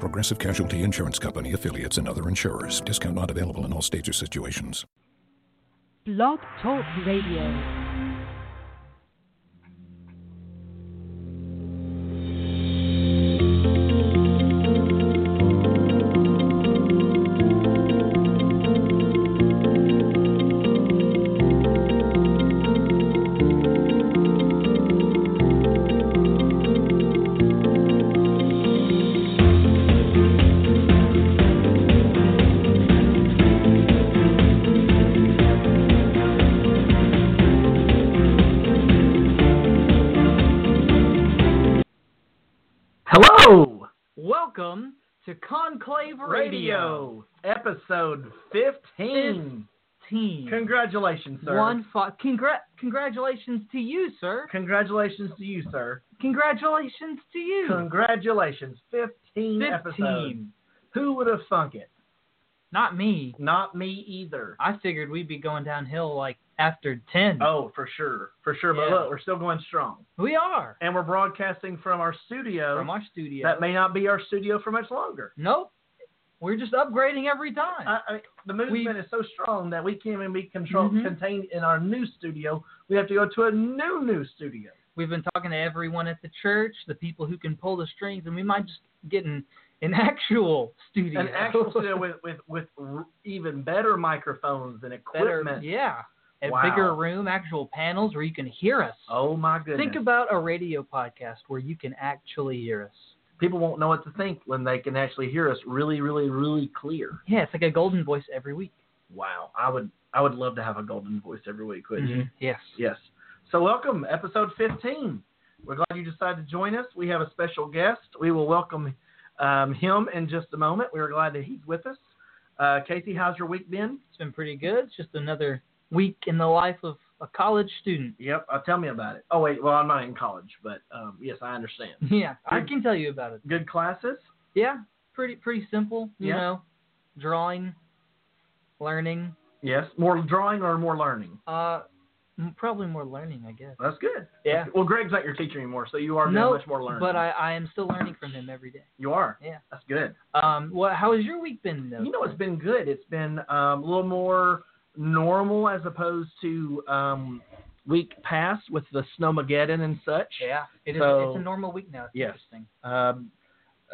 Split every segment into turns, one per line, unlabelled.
Progressive Casualty Insurance Company, affiliates, and other insurers. Discount not available in all states or situations.
Blog Talk Radio.
Hello!
Welcome to Conclave Radio.
Radio, episode 15.
Team.
Congratulations, sir.
One fi- Congra- congratulations to you, sir.
Congratulations to you, sir.
Congratulations to you.
Congratulations. 15,
15.
episodes. Who would have thunk it?
Not me.
Not me either.
I figured we'd be going downhill like after 10.
Oh, for sure. For sure. But
Yeah.
look, we're still going strong.
We are
And we're broadcasting from our studio.
from our studio.
Oh. that may not be our studio for much longer.
nope. We're just upgrading every time.
I, I, the movement is so strong that we can't even be controlled,
Mhm.
contained in our new studio. We have to go to a new, new studio.
We've been talking to everyone at the church, the people who can pull the strings, and we might just get in an actual studio.
an actual studio with with with r- even better microphones and
better,
equipment.
yeah, a
Wow.
bigger room, actual panels where you can hear us.
Oh my goodness!
Think about a radio podcast where you can actually hear us.
People won't know what to think when they can actually hear us really, really, really clear.
Yeah, it's like a golden voice every week.
Wow! I would I would love to have a golden voice every week, wouldn't you?
Yes.
Yes. So welcome, episode 15. We're glad you decided to join us. We have a special guest. We will welcome um, him in just a moment. We are glad that he's with us. Uh, Casey, how's your week been?
It's been pretty good. It's just another week in the life of a college student.
Yep. Uh, tell me about it. Oh wait, well I'm not in college, but um, yes, I understand.
Yeah, I
Good.
can tell you about it.
Good classes.
Yeah, pretty pretty simple, you
Yeah.
know. Drawing, learning,
Yes, more drawing or more learning.
uh m- probably more learning, I guess.
That's good.
Yeah.
Well, Greg's not your teacher anymore, so you are doing
No,
much more learning.
But I, I am still learning from him every day.
you are.
Yeah.
That's good.
Um what how has your week been though?
You know, it's been good. It's been um, a little more normal as opposed to um, week past with the snowmageddon and such.
Yeah. It is
So-
it's a normal week now. It's
Yes.
interesting.
Um,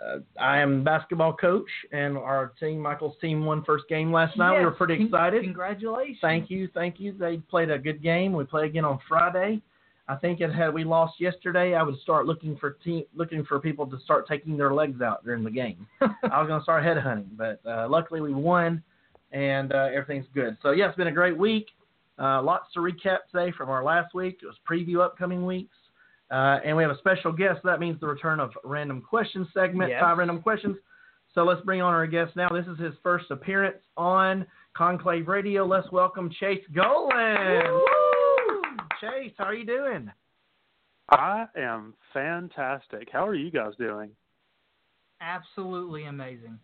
uh, I am basketball coach, and our team, Michael's team, won first game last night. We were
Yes,
pretty
con-
excited.
Congratulations.
Thank you, thank you. They played a good game. We play again on Friday. I think it had we lost yesterday, I would start looking for team looking for people to start taking their legs out during the game. I was gonna start headhunting, but uh, luckily we won, and uh, everything's good. So yeah, it's been a great week. Uh, lots to recap today from our last week. It was preview upcoming weeks, uh, and we have a special guest. That means the return of random question segment.
Yes.
Five random questions. So let's bring on our guest now. This is his first appearance on Conclave Radio. Let's welcome Chase Golan. Woo! Chase, how are you doing?
I am fantastic. How are you guys doing?
absolutely amazing.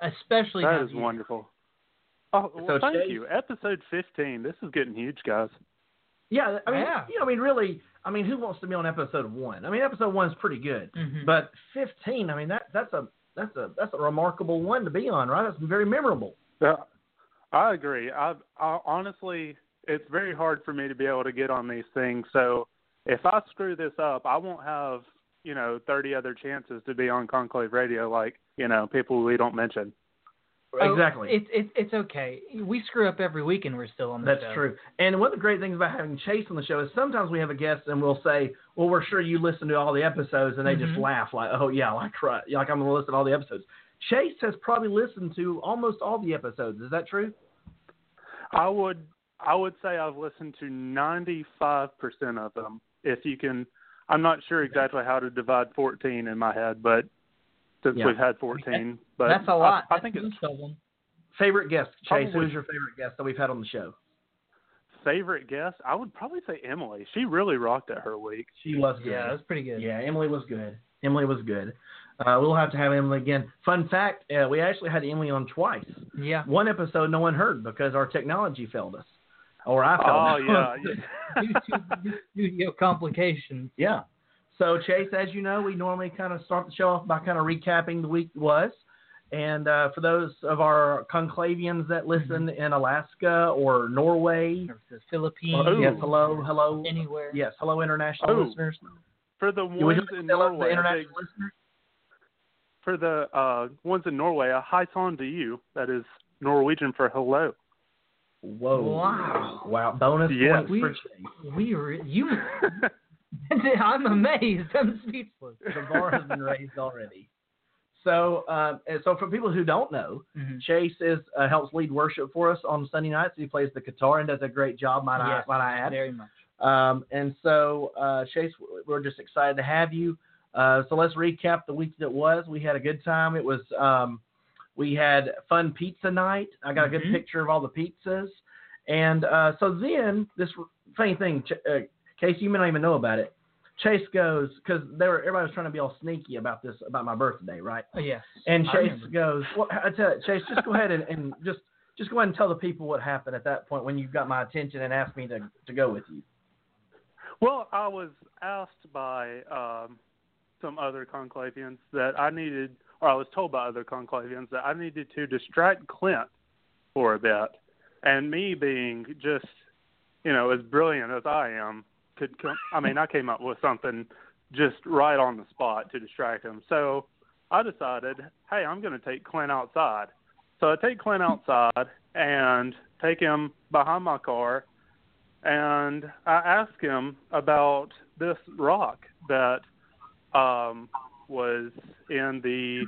Especially
That
now
is
you-
wonderful. Oh, well,
So,
thank
Chase-
you. Episode 15. This is getting huge, guys.
Yeah, I mean,
Yeah.
you know, I mean, really, I mean, who wants to be on episode one? I mean, episode one's pretty good,
Mhm.
but fifteen, I mean, that that's a that's a that's a remarkable one to be on, right? That's very memorable.
Uh, I agree. I, I honestly, it's very hard for me to be able to get on these things. So if I screw this up, I won't have you know 30 other chances to be on Conclave Radio, like you know people we don't mention.
Oh,
exactly.
It's it's it's okay. We screw up every week and we're still on the
That's
show.
true. And one of the great things about having Chase on the show is sometimes we have a guest and we'll say, "Well, we're sure you listen to all the episodes," and they just
Mhm.
laugh like, "Oh yeah, like right, Yeah, like I'm gonna listen to all the episodes." Chase has probably listened to almost all the episodes. Is that true?
I would I would say I've listened to 95% of them. If you can, I'm not sure exactly how to divide 14 in my head, but since
Yeah.
we've had 14, but
That's a lot.
I, I
That's
think it's
most of them.
Favorite guest, Chase.
Probably-
Who's your favorite guest that we've had on the show?
Favorite guest? I would probably say Emily. She really rocked it her week.
She was good.
Yeah, that's pretty good.
Yeah, Emily was good. Emily was good. Uh, we'll have to have Emily again. Fun fact: uh, we actually had Emily on twice.
Yeah.
One episode no one heard because our technology failed us, or I
Oh
failed.
yeah.
Due to the studio complications.
yeah. So Chase, as you know, we normally kind of start the show off by kind of recapping the week was, and uh, for those of our Conclavians that listen in Alaska or Norway,
Or the Philippines.
Oh.
yes, hello, hello,
Anywhere.
yes, hello, international
Oh.
listeners.
For the
You would
ones
like to
in
tell us the
Norway, I
international
think-
listeners?
for the uh, ones in Norway, a high song to you. That is Norwegian for hello.
Whoa!
Wow.
Wow! Bonus
Yes.
points for
We-
Chase.
We re- you. I'm amazed. I'm speechless.
the bar has been raised already. So, uh, and so for people who don't know,
Mm-hmm.
Chase is uh, helps lead worship for us on Sunday nights. He plays the guitar and does a great job, might
Yes,
I, might I add.
Very much.
Um, and so, uh, Chase, we're just excited to have you. Uh, so let's recap the week that was. We had a good time. It was um, we had fun pizza night. I got a good
Mhm.
picture of all the pizzas, and uh, so then this funny thing, Ch- uh, Casey, you may not even know about it. Chase goes because they were everybody was trying to be all sneaky about this about my birthday, right?
Oh, yes.
And
I
Chase
remember.
goes, well, I tell you, Chase, just go ahead and, and just just go ahead and tell the people what happened at that point when you got my attention and asked me to to go with you.
Well, I was asked by um, some other conclavians that I needed, or I was told by other conclavians that I needed to distract Clint for a bit. And me being just, you know, as brilliant as I am, could come. I mean, I came up with something just right on the spot to distract him. So I decided, hey, I'm going to take Clint outside. So I take Clint outside and take him behind my car and I asked him about this rock that um, was in the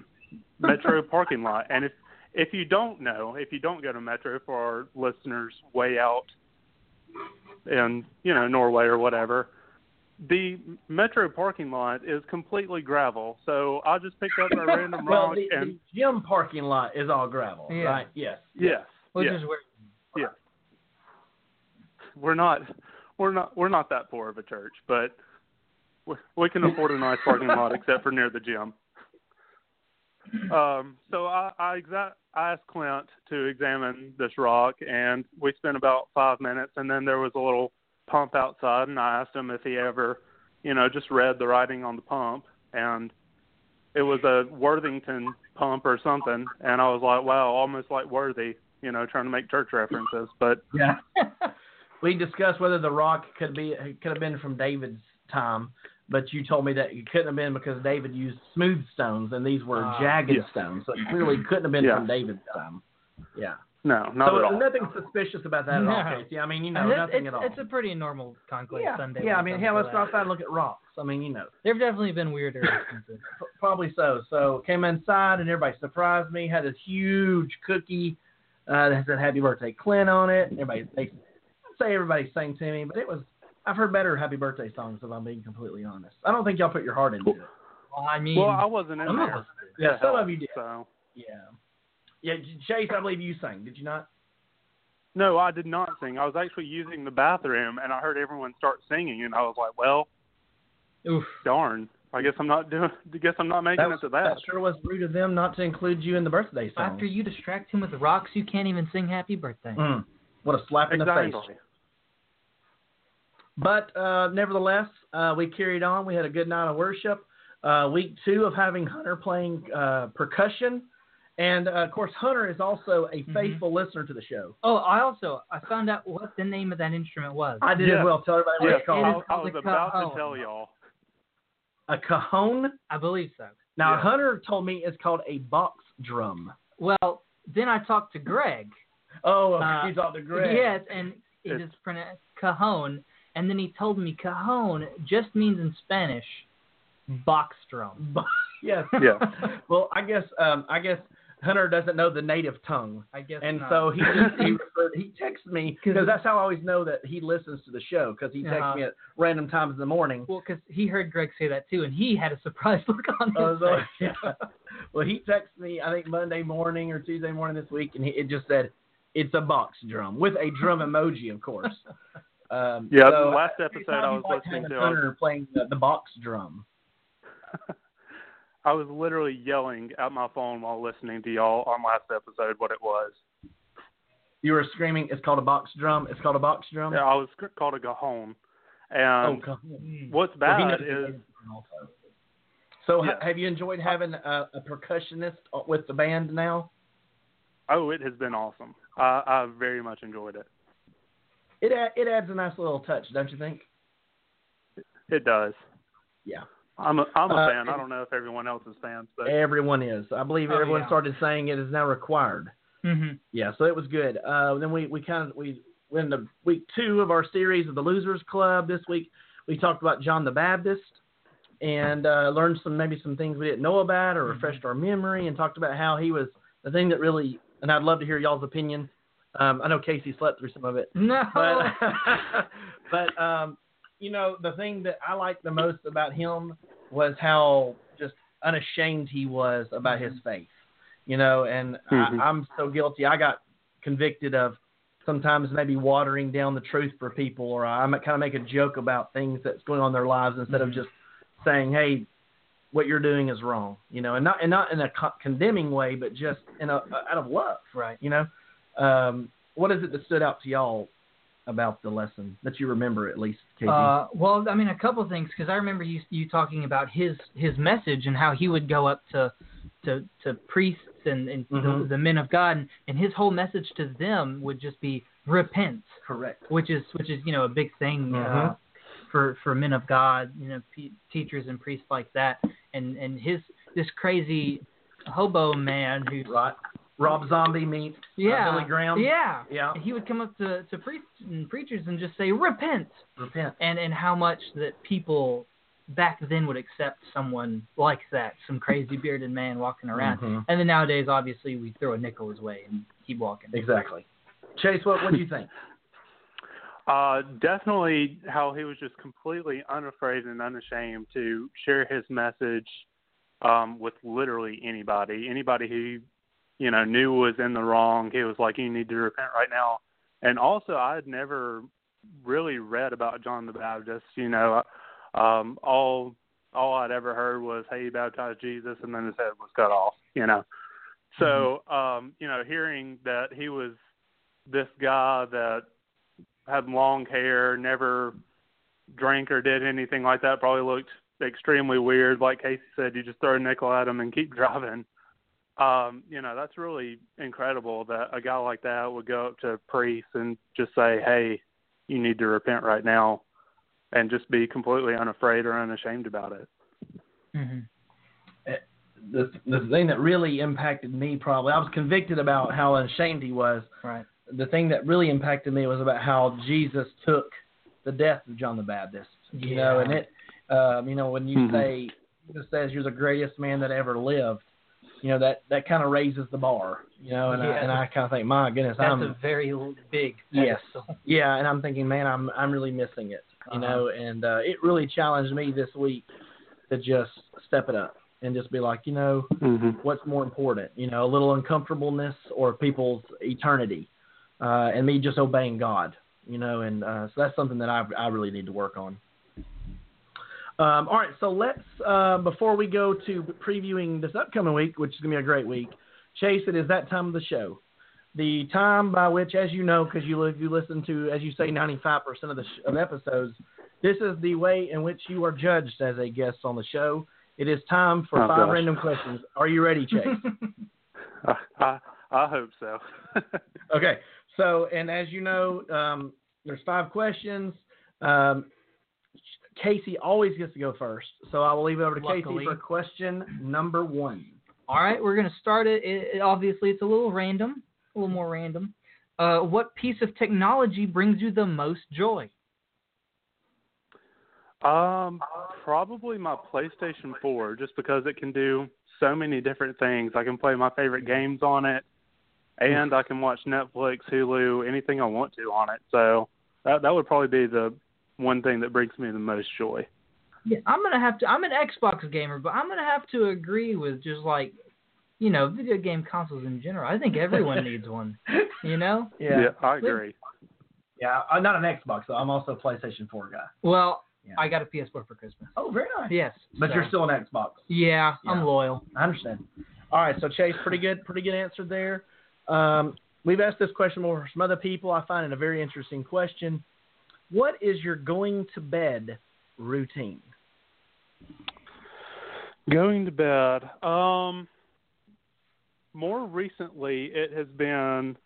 metro parking lot. And if if you don't know, if you don't go to metro for our listeners way out in you know Norway or whatever, the metro parking lot is completely gravel. So I just picked up a random
Well,
rock
the,
and
the gym parking lot is all gravel,
Yeah.
right? Yes.
yes,
Which
yes.
is where
we're not we're not we're not that poor of a church, but we, we can afford a nice parking lot except for near the gym. Um, so I I, exa- I asked Clint to examine this rock, and we spent about five minutes, and then there was a little pump outside, and I asked him if he ever, you know, just read the writing on the pump, and it was a Worthington pump or something, and I was like, wow, almost like Worthy, you know, trying to make church references, but
Yeah. we discussed whether the rock could be could have been from David's time, but you told me that it couldn't have been because David used smooth stones and these were
Ah,
jagged
yeah.
stones, so it clearly couldn't have been
Yeah.
from David's time. Yeah.
no, not
so
at all.
nothing suspicious about that at
No.
all, Casey. I mean, you know,
And that's-
nothing
it's,
at all.
it's a pretty normal conclave
yeah.
Sunday.
yeah, I
when it
mean,
comes
hell,
to
let's
that.
go outside and look at rocks. I mean, you know.
There've definitely been weirder instances.
P- probably so. So came inside and everybody surprised me. Had this huge cookie uh, that said "Happy Birthday, Clint" on it. Everybody, they, I'd say everybody sang to me, but it was. I've heard better "Happy Birthday" songs if I'm being completely honest. I don't think y'all put your heart into it.
Well, I mean,
Well, I wasn't in
Some of
there.
us did. oh, Yeah,
to
some
help,
of you did.
So
Yeah, yeah. J- Chase, I believe you sang. Did you not?
no, I did not sing. I was actually using the bathroom, and I heard everyone start singing, and I was like, "Well,
oof.
darn! I guess I'm not doing. I guess I'm not making
was,
it to that."
sure was rude of them not to include you in the birthday song.
After you distract him with rocks, you can't even sing "Happy Birthday."
Mm. What a slap in
exactly.
the face. But uh, nevertheless, uh, we carried on. We had a good night of worship. Uh, week two of having Hunter playing uh, percussion. And uh, of course, Hunter is also a
Mm-hmm.
Mhm.
faithful listener to the show.
Oh, I also I found out what the name of that instrument was.
I did
Yeah.
as well. Tell everybody what
Yeah,
it's
It
I,
called.
is
I
called
was
a
about
"Oh,
cajon.
to tell y'all.
A cajon.
I believe so.
Now,
Yeah.
Hunter told me it's called a box drum.
Well, then I talked to Greg.
Oh,
Uh,
he's on the grid.
Yes, and it
It's-
is pronounced cajon. And then he told me cajon just means in Spanish box drum.
yes.
Yeah.
well, I guess um, I guess Hunter doesn't know the native tongue.
I guess.
And
not.
so he just, he referred, he texts me because that's how I always know that he listens to the show because he texts
Uh-huh.
me at random times in the morning.
Well, because he heard Greg say that too, and he had a surprised look on his
I was like,
face.
yeah. Uh, Well, he texted me I think Monday morning or Tuesday morning this week, and he, it just said it's a box drum with a drum emoji, of course. Um,
Yeah,
so
the last
every
episode
time
I
he
was
liked
listening
having
to, I was,
Hunter playing the, the box drum.
I was literally yelling at my phone while listening to y'all on last episode what it was.
You were screaming, "It's called a box drum! It's called a box drum!"
Yeah, um, I was c- called a cajon.
Um, oh,
And
come on.
Mm.
what's
Well, he
bad
knows the
is
band also. So, ha-
Yeah.
have you enjoyed having a, a percussionist uh, with the band now?
oh, it has been awesome. I, I very much enjoyed it.
It ad- it adds a nice little touch, don't you think?
It does.
Yeah.
I'm a, I'm a
Uh,
fan. I don't know if everyone else is fans, but
Everyone is. I believe
Oh,
everyone
yeah.
started saying it is now required.
Mhm.
Yeah, so it was good. Uh, then we, we kind of we went to week two of our series of the Losers Club. This week we talked about John the Baptist and uh, learned some maybe some things we didn't know about or refreshed our memory and talked about how he was the thing that really. And I'd love to hear y'all's opinion. Um, I know Casey slept through some of it,
No.
but but um, you know the thing that I liked the most about him was how just unashamed he was about his faith. You know, and
Mhm.
I, I'm so guilty. I got convicted of sometimes maybe watering down the truth for people, or I kind of make a joke about things that's going on in their lives instead of
Mhm.
just saying, "Hey, what you're doing is wrong," you know, and not and not in a co- condemning way, but just in a out of love,
right.
you know. Um, what is it that stood out to y'all about the lesson that you remember at least, Casey?
Uh, well, I mean, a couple of things because I remember you you talking about his his message and how he would go up to to to priests and, and the,
Mhm.
the men of God, and, and his whole message to them would just be repent,
Correct.
which is which is you know a big thing uh,
Mhm.
for for men of God, you know, pe teachers and priests like that, and and his this crazy hobo man who
Right. Rob Zombie meets uh,
yeah
Billy Graham.
yeah
Yeah.
he would come up to to priests and preachers and just say repent
Repent.
and and how much that people back then would accept someone like that, some crazy bearded man walking around.
Mhm.
And then nowadays, obviously, we throw a nickel his way and keep walking.
Exactly. Chase, what what do you think?
Uh, definitely how he was just completely unafraid and unashamed to share his message um, with literally anybody. Anybody who, you know, knew was in the wrong, he was like, you need to repent right now. And also, I had never really read about John the Baptist. You know, um, all all I'd ever heard was, hey, he baptized Jesus, and then his head was cut off. You know, so um, you know, hearing that he was this guy that had long hair, never drank or did anything like that. Probably looked extremely weird. Like Casey said, you just throw a nickel at him and keep driving. Um, you know, that's really incredible that a guy like that would go up to priests and just say, "Hey, you need to repent right now," and just be completely unafraid or unashamed about it.
hmm
The the thing that really impacted me probably I was convicted about how ashamed he was.
Right.
The thing that really impacted me was about how Jesus took the death of John the Baptist. You know,
Yeah. Mm-hmm.
and it um, you know, when you
Mhm.
say Jesus says you're the greatest man that ever lived, you know, that that kind of raises the bar. You know, and I
Yeah.
and I kinda think, My goodness,
That's
I'm
a very l- big
Yes.
pedestal.
Um, Yeah, and I'm thinking, man, I'm I'm really missing it,
Uh-huh.
you know. And uh, it really challenged me this week to just step it up and just be like, you know,
Mm-hmm.
what's more important, you know, a little uncomfortableness or people's eternity, uh, and me just obeying God, you know. And uh, so that's something that I I really need to work on. Um, all right, so let's uh, before we go to previewing this upcoming week, which is gonna be a great week. Chase, it is that time of the show the time by which, as you know, because you li- you listen to, as you say, 95% of the sh- of episodes, this is the way in which you are judged as a guest on the show. It is time for
Oh,
five
gosh.
random questions. Are you ready, Chase?
I, I hope so.
okay. So, and as you know, um, there's five questions. Um, Casey always gets to go first, so I will leave it over to
Luckily.
Casey for question number one.
All right, we're gonna start it. it, it- Obviously, it's a little random, a little more random. Uh, what piece of technology brings you the most joy?
Um, probably my PlayStation 4, just because it can do so many different things. I can play my favorite games on it, and I can watch Netflix, Hulu, anything I want to on it. So that that would probably be the one thing that brings me the most joy.
Yeah, I'm gonna have to. I'm an Xbox gamer, but I'm gonna have to agree with just like, you know, video game consoles in general. I think everyone needs one. You know.
Yeah.
yeah I agree.
Yeah, I'm not an Xbox. So I'm also a PlayStation 4 guy.
Well,
Yeah.
I got a PS4 for Christmas.
Oh, very nice.
Yes.
But
so-
you're still an Xbox.
Yeah,
Yeah.
I'm loyal.
I understand. All right, so Chase, pretty good, pretty good answer there. Um, we've asked this question over some other people. I find it a very interesting question. What is your going to bed routine?
Going to bed. Um, more recently, it has been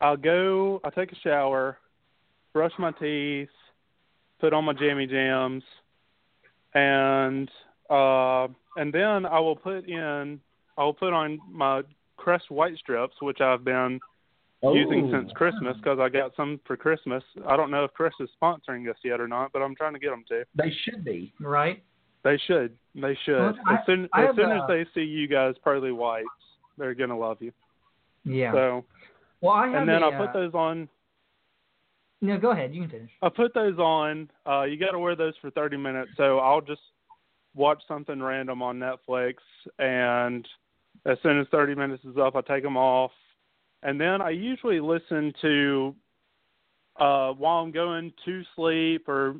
I'll go, I'll take a shower, brush my teeth, put on my jammy jams, and uh, and then I will put in I'll put on my Crest White strips, which I've been using
Oh.
since Christmas because I got some for Christmas. I don't know if Crest is sponsoring us yet or not, but I'm trying to get them to.
They should be.
Right.
They should. They should.
Well, I-
as soon,
I
as,
have uh,
soon
a-
as they see you guys pearly whites, they're gonna love you.
Yeah.
So,
well, I have
and then
a,
I put
uh,
those on.
No, go ahead. You can finish.
I put those on. Uh, you got to wear those for 30 minutes. So I'll just watch something random on Netflix, and as soon as 30 minutes is up, I take them off, and then I usually listen to uh, while I'm going to sleep or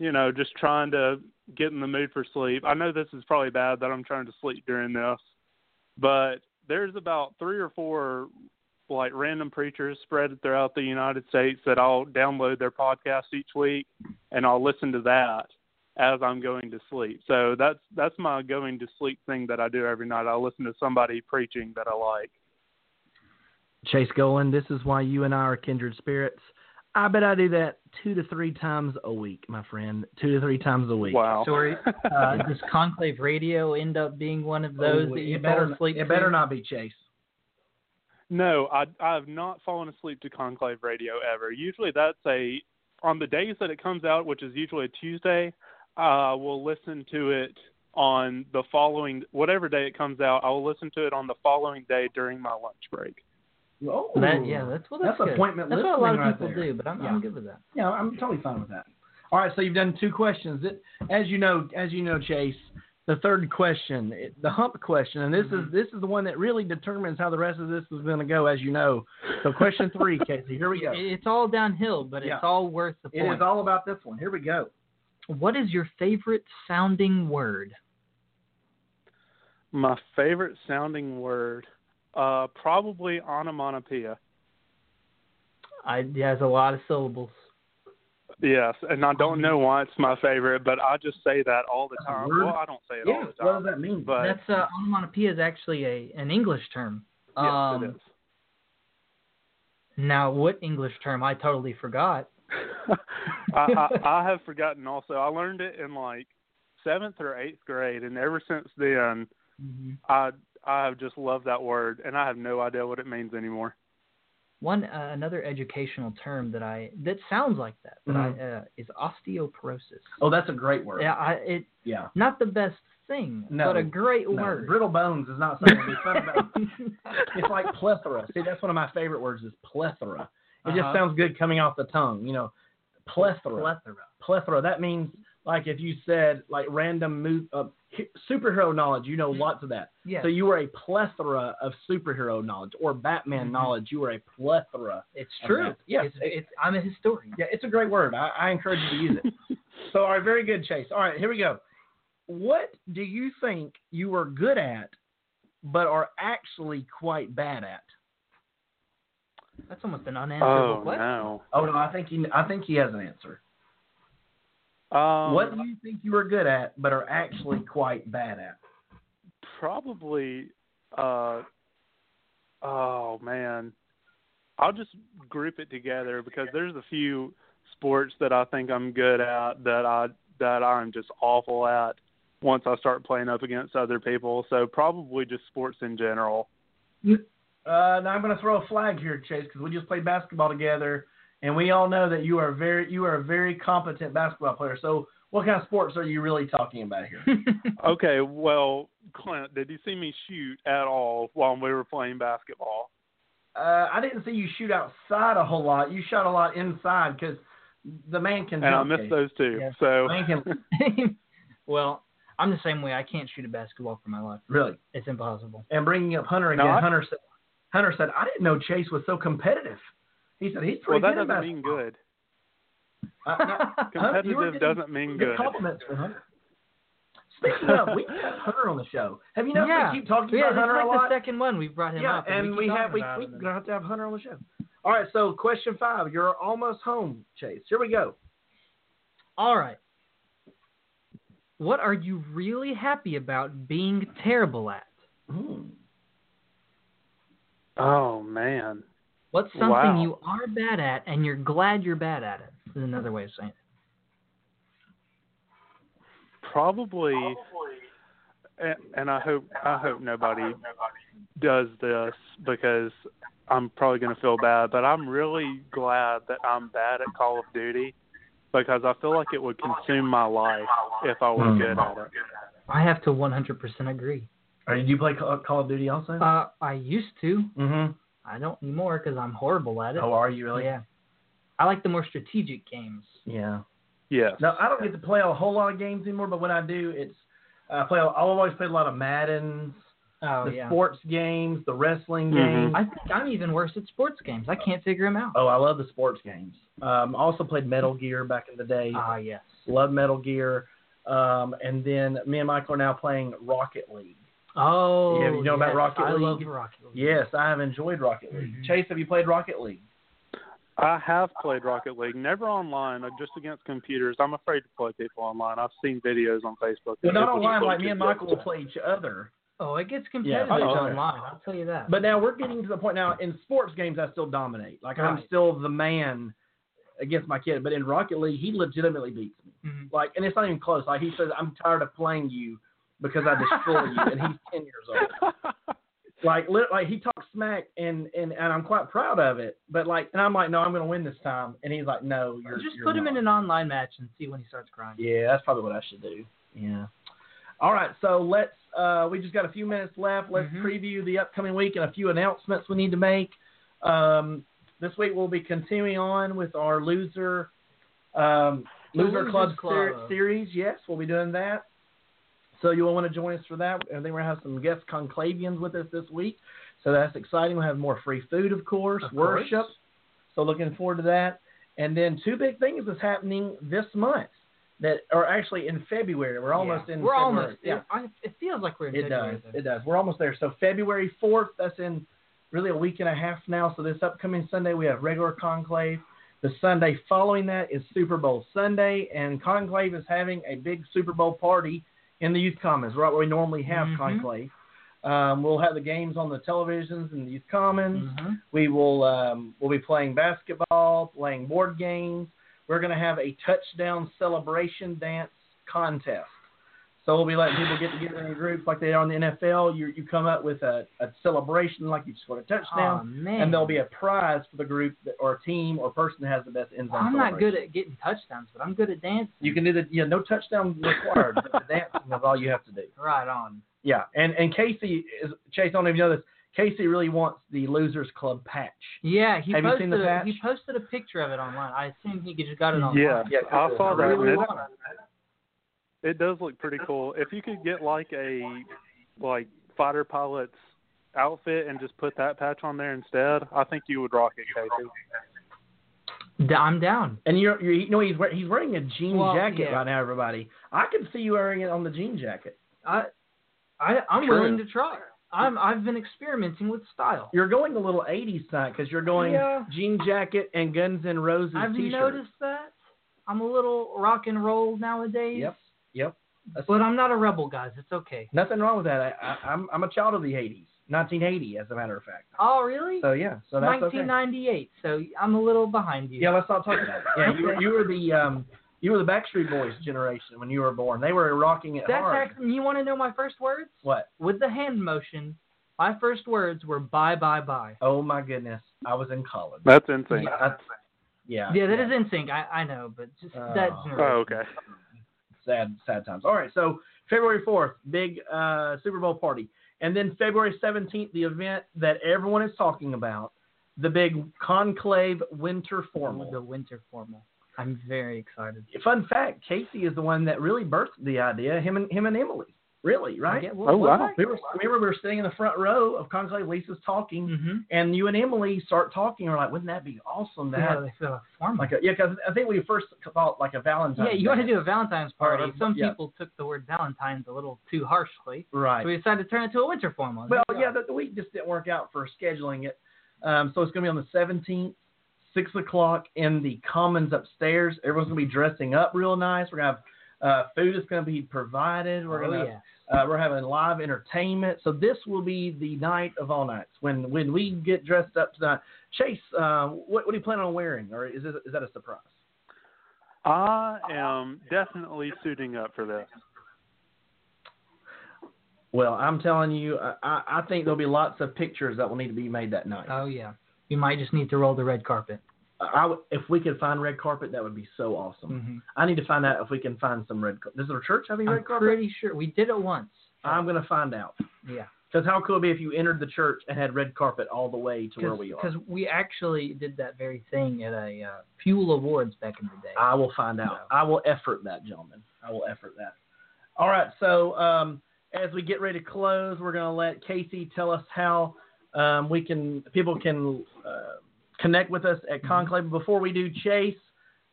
you know just trying to get in the mood for sleep. I know this is probably bad that I'm trying to sleep during this, but there's about three or four like random preachers spread throughout the United States that I'll download their podcast each week and I'll listen to that as I'm going to sleep. So that's that's my going to sleep thing that I do every night. I listen to somebody preaching that I like.
Chase Golan, this is why you and I are kindred spirits. I bet I do that two to three times a week, my friend. Two to three times a week.
Wow.
So are, uh, does Conclave Radio end up being one of those that you
Oh, it better,
fall asleep
it better
to?
not be Chase.
No, I I have not fallen asleep to Conclave Radio ever. Usually that's a on the days that it comes out, which is usually a Tuesday, uh will listen to it on the following whatever day it comes out, I will listen to it on the following day during my lunch break.
Oh,
That, yeah, that's well, that's,
That's
good.
appointment
That's what a lot
listening
of
right
people
there.
do, but I'm,
Yeah.
I'm good with that.
Yeah, I'm totally fine with that. All right, so you've done two questions. It, as you know, as you know, Chase, the third question, it, the hump question, and this is this is the one that really determines how the rest of this is going to go. As you know, so question three, Casey, here we go.
It- It's all downhill, but it's
Yeah.
all worth the
It
point.
is all about this one. Here we go.
what is your favorite sounding word?
My favorite sounding word, uh, probably onomatopoeia.
I, it has a lot of syllables.
Yes, and I don't know why it's my favorite, but I just say that all the time.
word?
Well, I don't say it all the
what does
time,
that mean?
but
That's uh, onomatopoeia is actually a an English term.
yes,
um,
it is.
Now, what English term? I totally forgot.
I, I, I have forgotten. Also, I learned it in like seventh or eighth grade, and ever since then,
Mm-hmm.
I I have just loved that word, and I have no idea what it means anymore.
One uh, another educational term that I that sounds like that, but I,
Mm.
uh, is osteoporosis.
oh, that's a great word.
Yeah, I, it
Yeah.
not the best thing,
No,
but a great
No,
word.
brittle bones is not something to be fun about. It's like plethora. See, that's one of my favorite words is plethora. It
Uh-huh.
just sounds good coming off the tongue. You know, plethora.
Plethora.
plethora. That means like if you said like random move, uh, hi- superhero knowledge, you know lots of that.
Yeah.
So you were a plethora of superhero knowledge or Batman
Mhm.
knowledge. You were a plethora.
it's
Okay.
true.
Yeah.
It's, it's, I'm a historian.
Yeah, it's a great word. I, I encourage you to use it. so all right, very good, Chase. All right, here we go. What do you think you are good at, but are actually quite bad at?
That's almost an unanswerable
Oh
question.
no!
Oh no, I think he, I think he has an answer.
Um,
what do you think you are good at, but are actually quite bad at?
Probably. Uh, oh man, I'll just group it together because there's a few sports that I think I'm good at that I that I'm just awful at. Once I start playing up against other people, so probably just sports in general.
Uh, now I'm going to throw a flag here, Chase, because we just played basketball together, and we all know that you are very you are a very competent basketball player. So what kind of sports are you really talking about here?
Okay, well, Clint, did you see me shoot at all while we were playing basketball?
Uh, I didn't see you shoot outside a whole lot. You shot a lot inside because the man can
And I
dunk,
missed
Dave.
those two.
Yeah.
So
The man can
well, I'm the same way. I can't shoot a basketball for my life.
really.
It's impossible.
And bringing up Hunter
No,
again,
I-
Hunter said, Hunter said, I didn't know Chase was so competitive. He said he's
well,
pretty
that
good at
doesn't mean
basketball."
good.
I- I- Hunter, you were
Competitive
getting
doesn't mean
Good
good.
compliments from Hunter. Speaking of, we have Hunter on the show. Have you noticed
yeah.
we keep talking
yeah,
about Hunter
that's
a
like
lot?
the second one we've brought him
yeah,
up.
and
keep
we
talking
have we
about
we're
him.
gonna have to have Hunter on the show. All right, so question five. You're almost home, Chase. Here we go.
All right. What are you really happy about being terrible at?
Hmm.
Oh man.
What's something
Wow.
you are bad at and you're glad you're bad at it? Is another way of saying it.
Probably, and, and I hope I hope nobody does this because I'm probably going to feel bad, but I'm really glad that I'm bad at Call of Duty because I feel like it would consume my life if I were
Hmm.
good at it.
I have to 100% agree.
Are you, do you play Call, Call of Duty also?
Uh, I used to.
mm-hmm.
I don't anymore because I'm horrible at it.
Oh, are you really?
Yeah. I like the more strategic games.
Yeah.
Yes.
No, I don't get to play a whole lot of games anymore, but when I do, it's I play. I've always played a lot of Madden's,
Oh,
the
yeah.
sports games, the wrestling
Mhm.
games.
I think I'm even worse at sports games. I can't figure them out.
Oh, I love the sports games. Um, I also played Metal Gear back in the day.
Ah, yes.
Love Metal Gear. Um, and then me and Michael are now playing Rocket League.
Oh,
Yeah, you know about
yes.
Rocket
I love
League?
Rocket League.
Yes, I have enjoyed Rocket League.
Mhm.
Chase, have you played Rocket League?
I have played Rocket League, never online, uh, just against computers. I'm afraid to play people online. I've seen videos on Facebook.
Well, not
People
online.
play
Like me and
people.
Michael will play each other.
Oh, it gets competitive
oh, yeah.
online. I'll tell you that.
But now we're getting to the point now in sports games I still dominate. Like I'm
Right.
still the man against my kid. But in Rocket League, he legitimately beats me.
Mhm.
Like and it's not even close. Like he says, I'm tired of playing you because I destroy you and he's ten years old. Like lit like he talks smack and, and and I'm quite proud of it. But like and I'm like, No, I'm gonna win this time and he's like, No, you're
just
you're
put him
not."
in an online match and see when he starts crying.
Yeah, that's probably what I should do. Yeah. All right, so let's. Uh, we just got a few minutes left. Let's
Mhm.
preview the upcoming week and a few announcements we need to make. Um, this week we'll be continuing on with our loser um,
The
loser
Losers
club,
Club.
Ser- series. Yes, we'll be doing that. So you'll want to join us for that. I think we're gonna have some guest conclavians with us this week, so that's exciting. We'll have more free food, of course,
Of course.
worship. So looking forward to that. And then two big things is happening this month that are actually in February. We're almost
Yeah.
in.
We're
February.
almost.
Yeah,
I, it feels like we're in
it
February.
does.
though.
It does. We're almost there. So February fourth. That's in really a week and a half now. So this upcoming Sunday we have regular conclave. The Sunday following that is Super Bowl Sunday, and Conclave is having a big Super Bowl party in the Youth Commons, right where we normally have
Mhm.
Conclave. Um, we'll have the games on the televisions in the Youth Commons.
Mhm.
We will um, we'll be playing basketball, playing board games. We're going to have a touchdown celebration dance contest. So we'll be letting people get together in groups like they are in the NFL. You you come up with a, a celebration like you scored a
Aw,
touchdown,
man.
and there'll be a prize for the group that, or team or person that has the best end zone.
I'm not
celebration.
good at getting touchdowns, but I'm good at dancing.
You can do the yeah no touchdown required. but the dancing is all you have to do.
Right on.
Yeah, and and Casey is Chase. I don't even know this. Casey really wants the Losers Club patch.
Yeah, he
Have you
posted.
seen the
a,
patch?
He posted a picture of it online. I assume he just got it online.
Yeah,
Yeah,
I saw that. and
Really
it,
want it.
it does look pretty cool. If you could get like a like fighter pilot's outfit and just put that patch on there instead, I think you would rock it, Casey.
D- I'm down.
And you're, you're you know he's wearing, he's wearing a jean
Well,
jacket
yeah.
right now, everybody. I could see you wearing it on the jean jacket.
I, I, I'm
True.
willing to try. I'm. I've been experimenting with style.
You're going the little '80s side because you're going
Yeah.
jean jacket and Guns N' Roses
I've
t-shirt.
noticed that. I'm a little rock and roll nowadays.
Yep, yep. That's-
But I'm not a rebel, guys. It's okay.
Nothing wrong with that. I, I, I'm I'm a child of the '80s, 1980 as a matter of fact.
Oh, really?
So yeah, so that's okay.
1998. So I'm a little behind you.
Yeah, let's not talk about it. Yeah, you were, you were the um you were the Backstreet Boys generation when you were born. They were rocking it
That's
hard.
actually. You want to know my first words?
what?
With the hand motion, my first words were bye, bye, bye.
Oh my goodness, I was in college.
That's insane.
I, Yeah.
Yeah, that is in sync. I, I know, but just
Oh.
that's
Oh, okay.
sad, sad times. All right, so February 4th, big uh, Super Bowl party. And then February 17th, the event that everyone is talking about, the big Conclave Winter
the
Formal.
winter formal. I'm very excited.
Fun fact, Casey is the one that really birthed the idea, him and, him and Emily. Really, right?
Yeah,
Oh,
was
wow.
I?
Uh, We were, we were we were sitting in the front row of Conclave, Lisa's talking,
Mhm.
and you and Emily start talking. We're like, wouldn't that be awesome to
Yeah,
have
they feel like formal.
like a, yeah, because I think we first thought like a Valentine's.
yeah, you want to do a Valentine's party.
Or,
Some
Oh, yeah.
people took the word Valentine's a little too harshly,
right.
so we decided to turn it to a winter formal.
Well,
There you
yeah,
go.
the, the week just didn't work out for scheduling it. Um, so it's going to be on the 17th, 6 o'clock in the Commons upstairs. Everyone's going to be dressing up real nice. We're going to have uh, food is going to be provided. We're
oh,
going to
yeah.
uh, we're having live entertainment. So this will be the night of all nights when when we get dressed up tonight. Chase, uh, what, what are you planning on wearing, or is this, is that a surprise?
I am definitely suiting up for this.
Well, I'm telling you, I, I I think there'll be lots of pictures that will need to be made that night.
Oh yeah. You might just need to roll the red carpet.
I w- if we could find red carpet, that would be so awesome.
Mhm.
I need to find out if we can find some red. Car- Does our church have any
I'm
red carpet?
pretty sure we did it once.
Uh, I'm gonna find out.
yeah.
Because how cool would it be if you entered the church and had red carpet all the way to where we are?
Because we actually did that very thing at a uh, Fuel Awards back in the day.
I will find out. I will effort that, gentlemen. I will effort that. All right. So um, as we get ready to close, we're gonna let Casey tell us how um, we can people can uh, connect with us
Mm-hmm.
at Conclave. Before we do, Chase,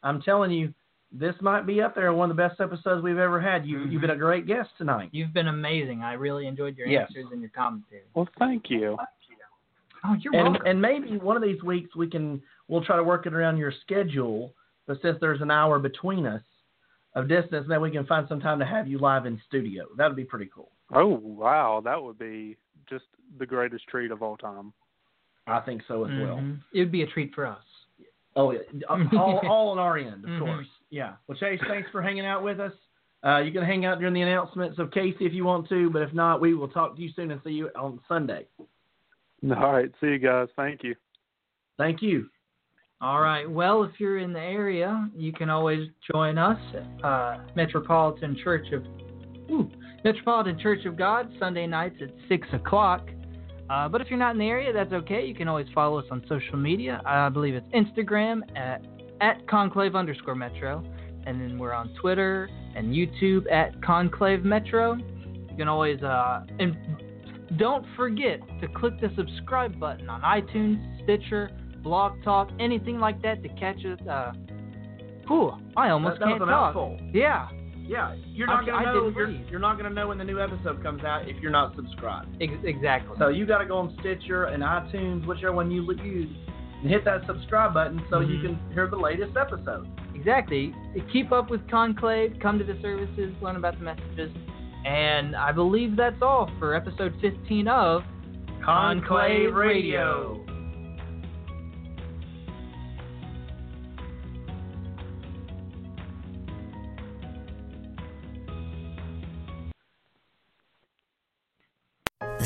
I'm telling you. This might be up there one of the best episodes we've ever had. You,
Mm-hmm.
You've been a great guest tonight.
You've been amazing. I really enjoyed your
Yes.
answers and your commentary.
Well, thank you.
Oh, you're
and
welcome.
and maybe one of these weeks we can we'll try to work it around your schedule. But since there's an hour between us of distance, maybe we can find some time to have you live in studio. That would be pretty cool.
Oh, wow. That would be just the greatest treat of all time.
I think so as well.
Mhm. It would be a treat for us.
Oh, yeah. all, all on our end, of
Mhm.
course. Yeah. Well, Chase, thanks for hanging out with us. Uh, you can hang out during the announcements of Casey if you want to, but if not, we will talk to you soon and see you on Sunday.
All right. See you guys. Thank you.
Thank you.
All right. Well, if you're in the area, you can always join us at uh, Metropolitan Church of ooh, Metropolitan Church of God Sunday nights at six o'clock. Uh, but if you're not in the area, that's okay. You can always follow us on social media. I believe it's Instagram at at Conclave underscore Metro, and then we're on Twitter and YouTube at Conclave Metro. You can always uh, and don't forget to click the subscribe button on iTunes, Stitcher, Blog Talk, anything like that to catch us. Uh, cool. I almost
that, that
can't
was a
talk.
mouthful.
Yeah,
Yeah, you're
I-
not gonna
I
know.
didn't
You're,
read.
you're not gonna know when the new episode comes out if you're not subscribed.
ex- exactly.
So you got to go on Stitcher and iTunes, whichever one you use, and hit that subscribe button so you
Mhm.
can hear the latest episode.
Exactly. Keep up with Conclave, come to the services, learn about the messages. And I believe that's all for episode 15 of Conclave Radio.
The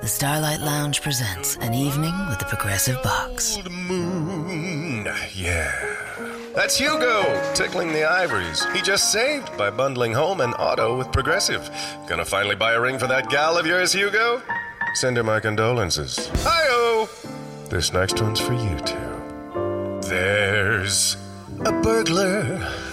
The Starlight Lounge presents an evening with the Progressive Box.
Old moon. Yeah. That's Hugo tickling the ivories. He just saved by bundling home and auto with Progressive. Gonna finally buy a ring for that gal of yours, Hugo? Send her my condolences. Hi-oh! This next one's for you two. There's a burglar